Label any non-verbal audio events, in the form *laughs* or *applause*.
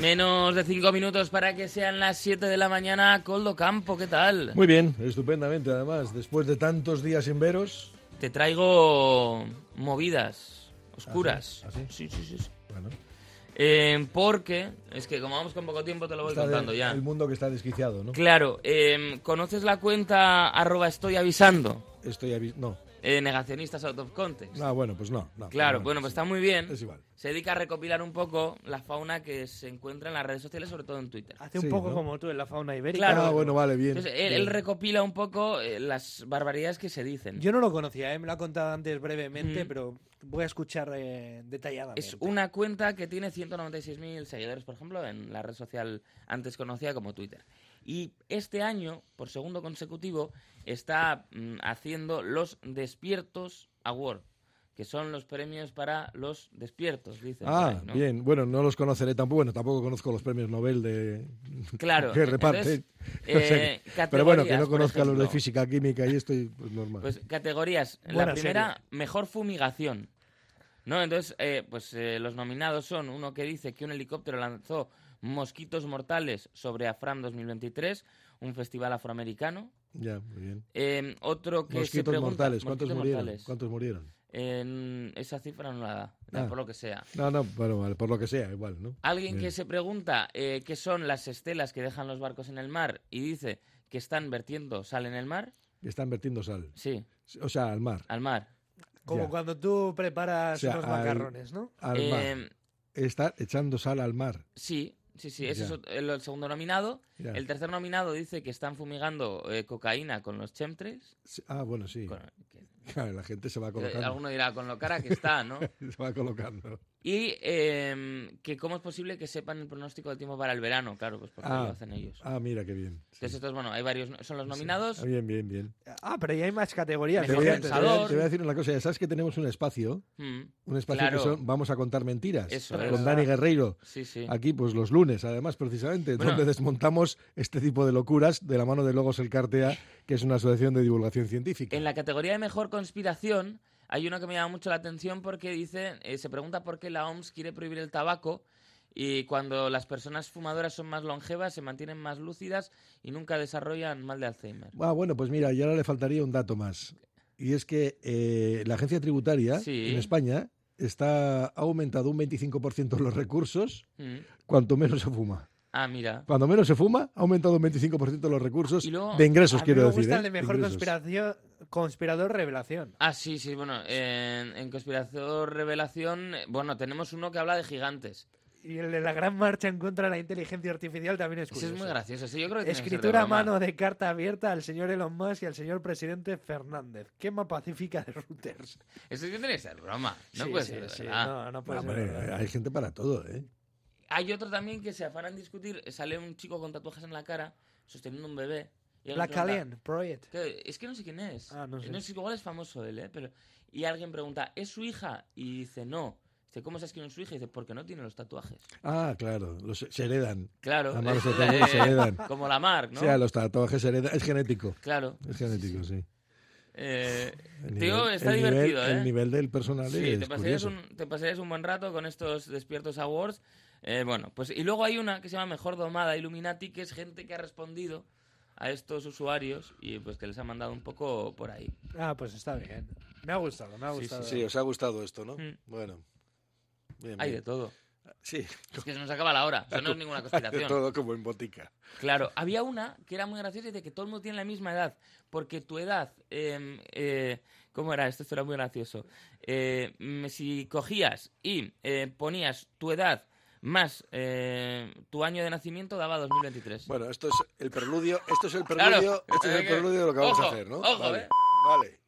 Menos de cinco minutos para que sean las 7 de la mañana. Coldo Campo, ¿qué tal? Muy bien, estupendamente además. Después de tantos días sin veros. Te traigo movidas oscuras. ¿Así? Sí, sí, sí. sí. Bueno, Eh, porque, es que como vamos con poco tiempo, te lo voy está de- contando ya. el mundo que está desquiciado, ¿no? Claro, eh, ¿conoces la cuenta arroba estoy avisando? Estoy avi- No. Eh, negacionistas out of context. Ah, bueno, pues no. no. Claro, bueno, pues sí. está muy bien. Es igual. Se dedica a recopilar un poco la fauna que se encuentra en las redes sociales, sobre todo en Twitter. Hace un Sí, poco ¿no? como tú en la fauna ibérica. Claro. Ah, bueno, vale, Ah, bien. Entonces, él, Bien. él recopila un poco eh, las barbaridades que se dicen. Yo no lo conocía, ¿eh? me lo ha contado antes brevemente, Mm. pero voy a escuchar eh, detalladamente. Es una cuenta que tiene 196.000 seguidores, por ejemplo, en la red social antes conocida como Twitter. Y este año, por segundo consecutivo, está mm, haciendo los Despiertos Award, que son los premios para los despiertos, dicen. por Ah, ahí, ¿no? bien. Bueno, no los conoceré tampoco. Bueno, tampoco conozco los premios Nobel de... Claro. *laughs* que reparte. entonces, O sea que- eh, Pero bueno, que categorías, no por conozca los de ejemplo. física, química y esto, y, pues normal. Pues categorías. la Buena primera, mejor fumigación. ¿No? Entonces, eh, pues eh, los nominados son uno que dice que un helicóptero lanzó mosquitos mortales sobre Afram 2023, un festival afroamericano. ya, muy bien. Eh, otro que se Mosquitos pregunta, mortales. ¿Cuántos mosquitos murieron? mortales. ¿Cuántos murieron? En esa cifra no la da, Ah. por lo que sea. No, no, bueno, vale, por lo que sea, igual, ¿no? Alguien Bien. que se pregunta eh, qué son las estelas que dejan los barcos en el mar y dice que están vertiendo sal en el mar. Están vertiendo sal. Sí, O sea, al mar. al mar. Como Ya. cuando tú preparas O sea, unos al- macarrones, ¿no? Al mar. Eh, Está echando sal al mar. Sí, sí, sí. Ese Ya. es ot- el, el segundo nominado. Ya. El tercer nominado dice que están fumigando eh, cocaína con los chemtrails. Sí, Ah, bueno, sí. Con- que- *laughs* Claro, la gente se va eh, colocando. alguno dirá con lo cara que está, ¿no? *laughs* Se va colocando. Y eh, que cómo es posible que sepan el pronóstico del tiempo para el verano. Claro, pues porque Ah. lo hacen ellos. Ah, mira, qué bien. Sí. Entonces, estos, bueno, hay varios. no- Son los nominados. Ah, bien, bien, bien. Ah, pero ya hay más categorías. Te Mejor voy, a, te voy a- pensador. te voy a decir una cosa. Ya sabes que tenemos un espacio, Mm, un espacio Claro. que son Vamos a contar mentiras. Eso con es. Dani Guerreiro. sí, sí. Aquí, pues los lunes, además, precisamente, Bueno. donde desmontamos este tipo de locuras de la mano de Logos El Cartea, que es una asociación de divulgación científica. En la categoría de mejor conspiración hay uno que me llama mucho la atención porque dice, eh, se pregunta por qué la OMS quiere prohibir el tabaco y cuando las personas fumadoras son más longevas, se mantienen más lúcidas y nunca desarrollan mal de Alzheimer. Ah, bueno, pues mira, y ahora le faltaría un dato más. Y es que eh, la agencia tributaria Sí. en España está ha aumentado un 25% los recursos Mm. cuanto menos se fuma. Ah, mira. Cuando menos se fuma, ha aumentado un 25% los recursos Y luego- de A ingresos, mí quiero me decir. gusta ¿eh? el de De mejor ingresos. conspiración, conspirador revelación. Ah, sí, sí, bueno, en, en Conspiración Revelación, eh, bueno, tenemos uno que habla de gigantes. Y el de la gran marcha en contra de la inteligencia artificial también es Ese curioso. es muy gracioso. ese yo creo que tiene que ser de Escritura a broma. mano de carta abierta al señor Elon Musk y al señor presidente Fernández. Quema pacífica de routers. Eso sí tiene que ser broma. No Sí, puede sí, ser de sí, verdad. No, no puede Ah, ser hombre, eh, verdad. hay gente para todo, ¿eh? Hay otro también que se afanan a discutir. Sale un chico con tatuajes en la cara, sosteniendo un bebé. y alguien Black pregunta, Alien Project. "¿Qué? Es que no sé quién es. Ah, no sé. igual es famoso él, ¿eh? Pero, y alguien pregunta, ¿es su hija? Y dice, no. Dice, ¿cómo sabes que no es su hija? Y dice, porque no tiene los tatuajes. Ah, claro, los, se heredan. Claro. Además, es, los tatuajes se heredan. como la Mar, O *laughs* ¿no? sea, los tatuajes se heredan. Es genético. Claro. Es genético, sí. Eh, El Te digo, nivel- está el divertido, nivel, ¿eh? El nivel del personal Sí, es te pasarías, curioso. un, te pasarías un buen rato con estos despiertos awards. Eh, bueno, pues y luego hay una que se llama Mejor Domada Illuminati, que es gente que ha respondido a estos usuarios y pues que les ha mandado un poco por ahí. Ah, pues está bien. Me ha gustado, me ha Sí, sí, gustado. Sí, os ha gustado esto, ¿no? Mm. Bueno. Bien, Hay de bien. todo. *laughs* Sí, Es que se nos acaba la hora, eso no es *laughs* ninguna de conspiración. todo como en botica. Claro, había una que era muy graciosa y de que todo el mundo tiene la misma edad, porque tu edad, eh, eh, ¿cómo era? Esto era muy gracioso. Eh, mm, si cogías y eh, ponías tu edad más eh, tu año de nacimiento, daba 2023. Bueno, esto es el preludio, esto es el Claro. preludio, esto es el preludio de lo que vamos Ojo, a hacer, ¿no? ojo, vale. eh. Vale.